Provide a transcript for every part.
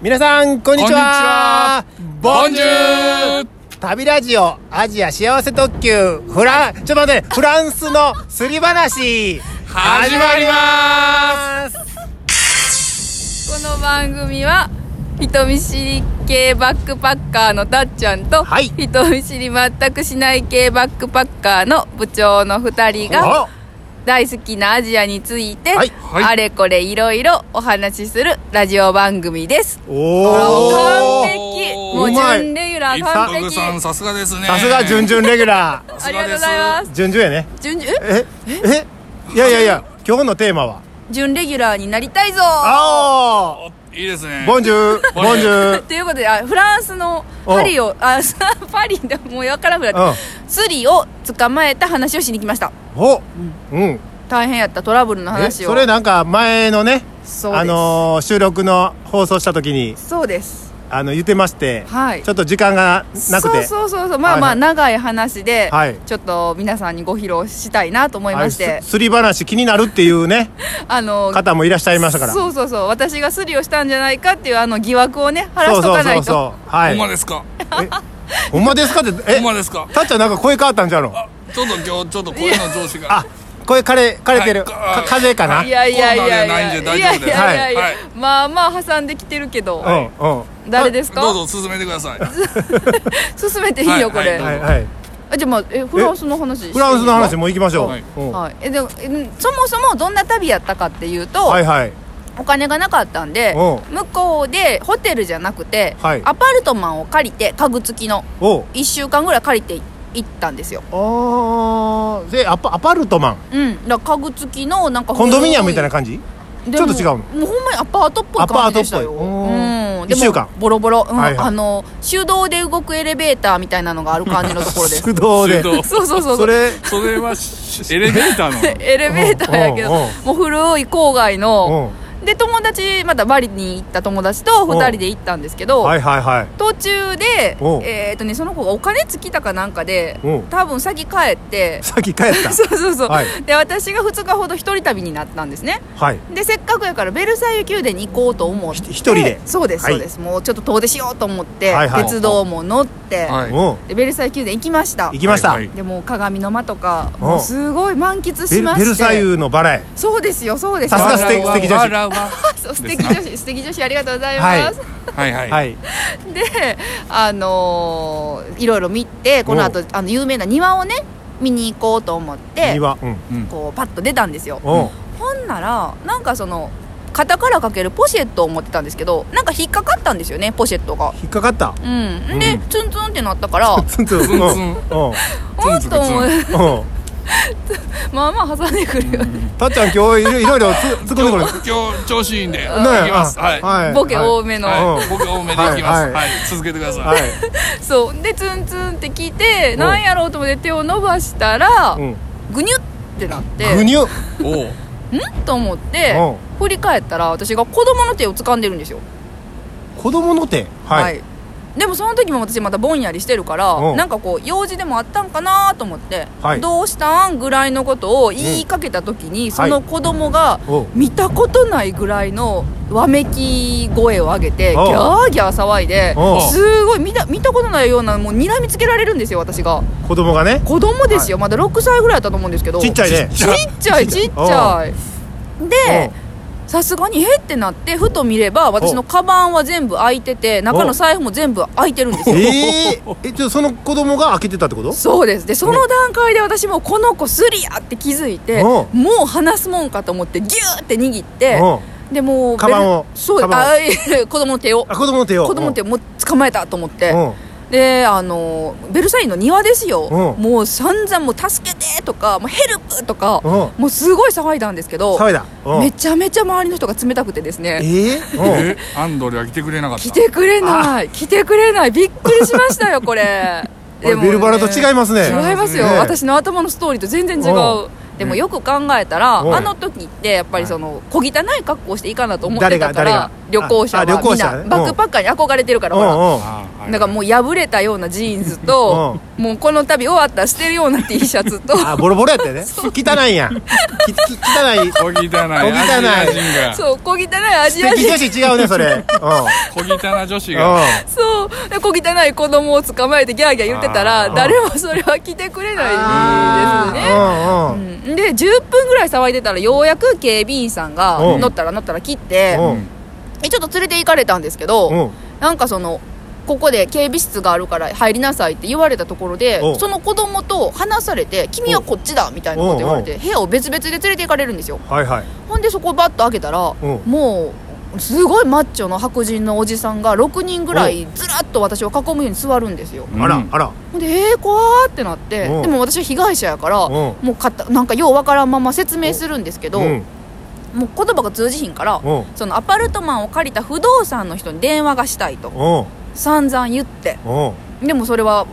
皆さんこんにちはこんにちはボンジュール旅ラジオアジア幸せ特急フランちょっと待ってフランスのすり話始まりますこの番組は人見知り系バックパッカーのたっちゃんと、はい人見知り全くしない系バックパッカーの部長の2人があ大好きなアジアについて、はいはいあれこれいろいろお話しするラジオ番組ですお完おー璧おーもううまい準レギュラー一完徳璧さんさすがですねさすが準々レギュラさあすりががでとうごすざいますー準々やね準えええいやいやいや今日のテーマは準レギュラーになりたいぞあおいいですねーボンジューボンジュー ということであフランスのパリをあ パリでもうわからんくなうんったスリを捕まえた話をしに来ましたおうん大変やったトラブルのえ話をそれなんか前のねそうですあのー収録の放送した時にそうですあの言ってまして、はいちょっと時間がなくてそうそうそうそうまはあまいはあい長い話で、はいちょっと皆さんにご披露したいなと思いまして、はいすすり話気になるっていうねあの方もいらっしゃいましたからそうそうそう私がスリをしたんじゃないかっていうあの疑惑をね晴らそしうとそかうないそとうそうはほいんまですかえほんまですかってえほんまですかたっちゃんなんか声変わったんじゃろあちょっと今日ちょっと声の調子があ声枯れ枯れてる、はいか風邪かないやいやいやいやコロナいじゃやないんいで大丈夫ですやいやいや、はいまあまあ挟んできてるけど、うんうん誰ですかどうぞ進めてください進めていいよこはれ、いはいはいあじゃあまあえフランスの話フランスの話ももう行きましょう、はいうんはい、えでもえそもそもどんな旅やったかっていうと、はいはいお金がなかったんでおう向こうでホテルじゃなくて、はいアパルトマンを借りて家具付きのおう1週間ぐらい借りて行ったんですよあーでアパアパルトマンうんだから家具付きのなんかコンドミニアムみたいな感じでちょもっと違うのもうほんまにアパートっぽい感じでしたよアパートっぽいおーうんでも一週間ボロボロ、うんはいはいあの手動で動くエレベーターみたいなのがある感じのところです手動で手動 そうそうそうそれそれはしエレベーターの エレベーターやけどおうおうもう古い郊外のうで友達またバリに行った友達と2人で行ったんですけんどはいはいはい途中でおうえっ、とねその子がお金尽きたかなんかでおう多分先帰って先帰った そうそうそう、はいで私が2日ほど一人旅になったんですねはいでせっかくやからベルサイユ宮殿に行こうと思ってひ一人でそうですはいそうです、もうちょっと遠出しようと思って、はいはい鉄道も乗って、はいうんでベルサイユ宮殿行きました行きました、はいはいでもう鏡の間とかおもうすごい満喫ベしルましてベルサイユのバラエそうですよそうですさすが素敵素敵素女子わらわ敵 素敵女子素敵女子ありがとうございます、はいはいはいであのーいろいろ見てこの後あの有名な庭をね見に行こうと思って庭うんうんこうパッと出たんですよおうほんならなんかその肩からかけるポシェットを持ってたんですけどなんか引っかかったんですよねポシェットが引っかかったうんで、うんツンツンってなったから ツンツンツンツうンんうんおっと思うう んまあまあ挟んでくるよね、たっちゃん今日いろいろいろつつっこんでくる今日今日調子いいんでいきねますはいははいボケ多めの、はいい僕多めでいきまはすいはい続けてくださはいいそうでツンツンって聞いてんなんやろうと思って手を伸ばしたら、うんぐにゅってなってぐにゅうんおううんと思って振り返ったら私が子供の手を掴んでるんですよ子供の手はいでもその時も私またぼんやりしてるから、うんなんかこう用事でもあったんかなと思って、はいどうしたんぐらいのことを言いかけた時に、その子供がおう見たことないぐらいのわめき声を上げてギおうャーギャー騒いでおうすごい見た見たことないようなもう睨みつけられるんですよ私が子供がね子供ですよ、まだ6歳ぐらいだったと思うんですけどちっちゃいねちっちゃいちっちゃいおでさすがにへってなってふと見れば私のカバンは全部開いてて中の財布も全部開いてるんですよえーえじゃあその子供が開けてたってことそうですでその段階で私もこの子スリやって気づいておもう話すもんかと思ってギューって握ってうんでもうカバンをベルそうカバンをあいえ子供の手をあ子供の手を子供の手をもう捕まえたと思ってうんであのベルサイユの庭ですようんもう散々もう助けてとかもうヘルプとかうんもうすごい騒いだんですけど騒いだうんめちゃめちゃ周りの人が冷たくてですねえーうんえアンドレは来てくれなかった来てくれない来てくれないびっくりしましたよこれ これもねベルバラと違いますね違いますよ、ね私の頭のストーリーと全然違おうでもよく考えたらおいあの時ってやっぱりその小汚い格好していいかなと思ってたか誰がら旅行者はああ旅行者ねみんなバックパッカーに憧れてるからほらうんうんあはいなんかもう破れたようなジーンズと、もうこの旅終わったら捨てるような T シャツとあボロボロやったよね汚いやんきき汚い小汚い。小汚い。いそう小汚いアジア敵人女子違うねそれ小汚い女子うんが。うそうで小汚い子供を捕まえてギャーギャー言ってたらあー誰もそれは着てくれないんですねうんうんうんで10分ぐらい騒いでたらようやく警備員さんがうん乗ったら乗ったら切ってうんえちょっと連れて行かれたんですけど、うんなんかそのここで警備室があるから入りなさいって言われたところでおうその子供と話されて「君はこっちだ」みたいなこと言われおて部屋を別々で連れて行かれるんですよはいはいほんでそこバッと開けたらうんもうすごいマッチョの白人のおじさんが6人ぐらいずらっと私を囲むように座るんですよあうらんあらほんでえー、怖ーってなっておうでも私は被害者やからおもうかたなんかようわからんまま説明するんですけどうもうん言葉が通じひんからおうそのアパルトマンを借りた不動産の人に電話がしたいとおう散々言っておうでもそれは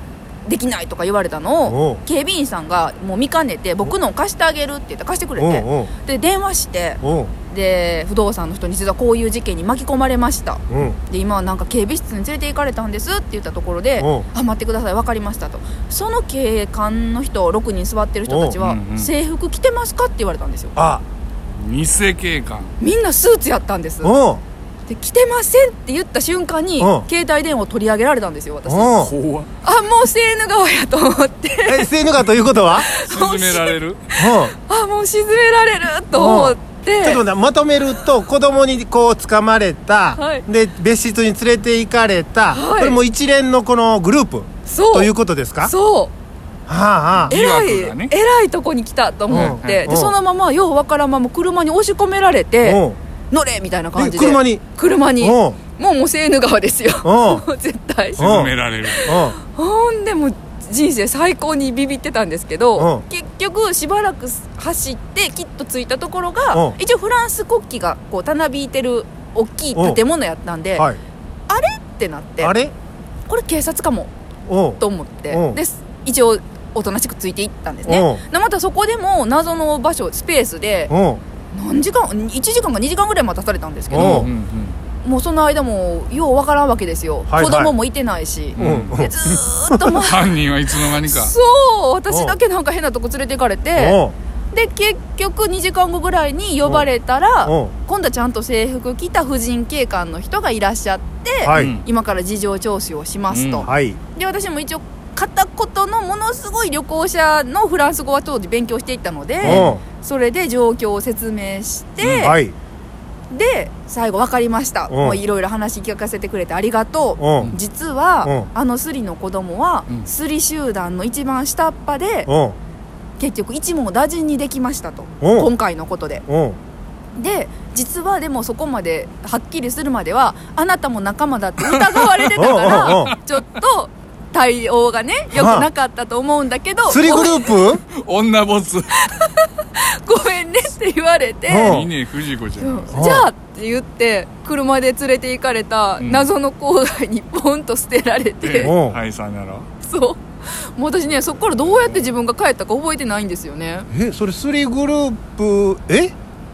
できないとか言われたのおうを警備員さんがもう見かねて僕のを貸してあげるって言って貸してくれおうておうで電話しておうで不動産の人に実はこういう事件に巻き込まれましたうんで今はなんか警備室に連れて行かれたんですって言ったところでおう「あ待ってください分かりました」とその警官の人6人座ってる人たちおはううんう「ん制服着てますか?」って言われたんですよあ偽警官。みんなスーツやったんですおうで着てませんって言った瞬間におう携帯電話を取り上げられたんですよ私あおう怖っもうセーヌ川やと思って えセーヌ川ということは沈められる。うんあもう沈められると思ってちょっと待ってまとめると子供にこう掴まれた、はいで別室に連れて行かれた、はいこれも一連のこのグループそうということですかそはうあはあえら疑惑い、がねえらいとこに来たと思って、うんうでんそのままようわからんまま車に押し込められて、うん乗れみたいな感じでえ車に車にうんもうもうセーヌ川ですようんもう絶対うん沈められる。うほんでもう人生最高にビビってたんですけど、うん結局しばらく走ってきっと着いたところうんが一応フランス国旗がこうたなびいてる大きい建物やったんで、んはいってなってあれこれ警察かもうんと思ってうんで一応おとなしくついていったんですねうでまたそこでも謎の場所スペースでうん何時間1時間か2時間ぐらい待たされたんですけうんどうんもうその間もようわからんわけですよ、はいはい子供もいてないしう、んうんでずーっともう犯人はいつの間にか。そう私だけなんか変なとこ連れていかれてで結局2時間後ぐらいに呼ばれたらうんうん今度はちゃんと制服着た婦人警官の人がいらっしゃって、はい、うん今から事情聴取をしますと、うんはいで私も一応片言のものすごい旅行者のフランス語は当時勉強していったのでそれで状況を説明して、うんはいで最後分かりましたうんもういろいろ話聞かせてくれてありがとううん実はうあのスリの子供はうんスリ集団の一番下っ端でうん結局一網打尽にできましたとうん今回のことでうんで実はでもそこまではっきりするまではあなたも仲間だって疑われてたかうんうんうらちょっと対応がね良くなかったと思うんだけど釣りグループ女ボツ。ごめんごめんねって言われてうんいいね、藤子ちゃん。じゃあって言って車で連れて行かれたうん謎の郊外にポンと捨てられでて、うんはい、さよなら。そうもう私ねそこからどうやって自分が帰ったか覚えてないんですよねえそれスリグループえ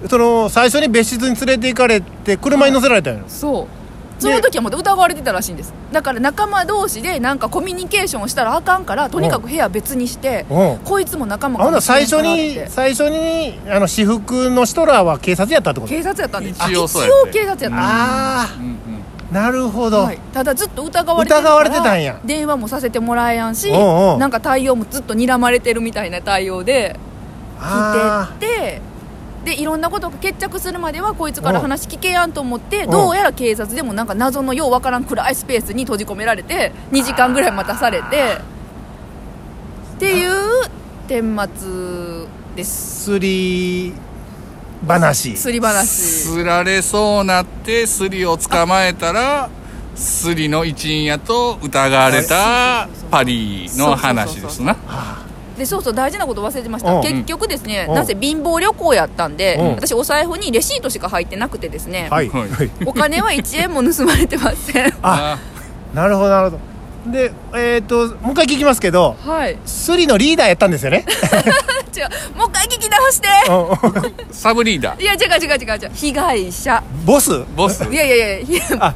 その最初に別室に連れて行かれて車に乗せられたんやそうその時はまだ疑われてたらしいんですだから仲間同士でなんかコミュニケーションをしたらあかんからとにかく部屋別にしてうんこいつも仲間あほかなもし最れんか初らっにて最初にあの私服の人らは警察やったってこと警察やったんです一応そうや一って応警察やったんですあうんうん。あなるほど、はい、ただずっと疑われてるか疑らわれてたんや電話もさせてもらえやんしおうおうなんか対応もずっと睨まれてるみたいな対応で聞あいてってでいろんなことが決着するまではこいつからおう話聞けやんと思ってうんどうやら警察でもなんか謎のようわからん暗いスペースに閉じ込められて2時間ぐらい待たされてっていう顛末ですすり話すり話すられそうなってスリを捕まえたらスリの一員やと疑われたパリの話ですなでそうそう大事なこと忘れてましうたん結局ですねうんなぜ貧乏旅行やったんでうん私お財布にレシートしか入ってなくてですねはい、はいはい お金は1円も盗まれてませんあなるほどなるほどでえっ、ともう一回聞きますけどはい違うスリのリーダーやったんですよ ねもう一回聞き直してうんサブリーダーいや違う違う違う違う被害者ボスボスいやいやいやひあ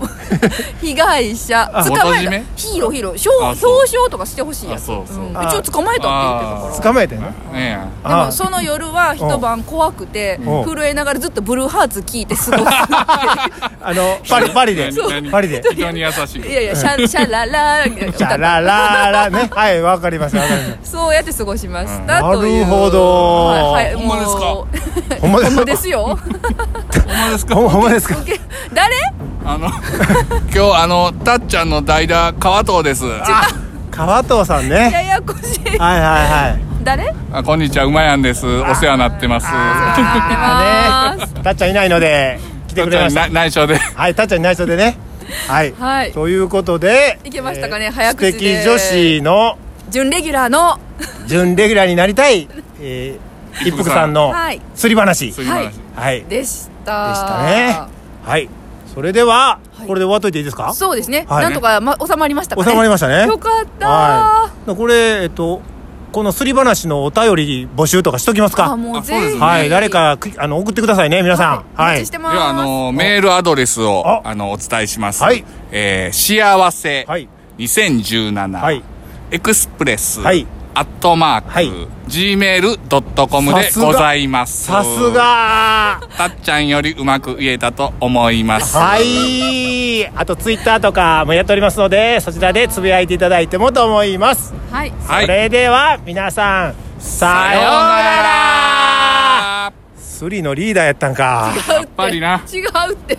被害者あ捕元ま締えめたヒーローヒーロー表あ表そう彰とかしてほしいやつあそうそうんあ一応捕まえたって言ってたか捕まえてねええらであもその夜は一晩怖くてうん震えながらずっとブルーハーツ聴いて過ごあのパ リパリで何何パリ で人に優しいすいやいやシャシャララチャラララねはいわかりますわかりまそうやって過ごしましたうんというなるほどはいはいほんまですかもうすほんまほんまですよほんまですかほんほんまですか誰あの 今日あのたっちゃんの代打川藤ですあ川藤さんねややこしいはいはいはい誰あこんにちはうまやんですお世話になってますあー待ってねたっちゃんいないので来てたくっれちゃんましにたな内緒ではいたっちゃんいない人でねはい、はいということでいけましたかねえー早口で素敵女子の準レギュラーの準レギュラーになりたい、えー一一服服ささんんのはいすり話そういう話、はいはいででしたしたねはいそれでは、はいこれで終わっといていいですかそうですね、はいなんとか、ま、収まりましたかね収まりましたねよかったー、はいこれえっとこのすり話のお便り募集とかしときますあかもうあそうですぜねひはい誰かくあの送ってくださいね皆さんはいおは待いちしてでますはあのメールアドレスをああのお伝えします、はいえー幸せ、はい2017、はいエクスプレス、はいアットマーク、はい gmail.com でございますさすがたっちゃんよりうまく言えたと思いますはいあとツイッターとかもやっておりますのでそちらでつぶやいていただいてもと思いますはいはいそれでは皆さんささよよううななららスリのリーダーやったんか やっぱりな違うって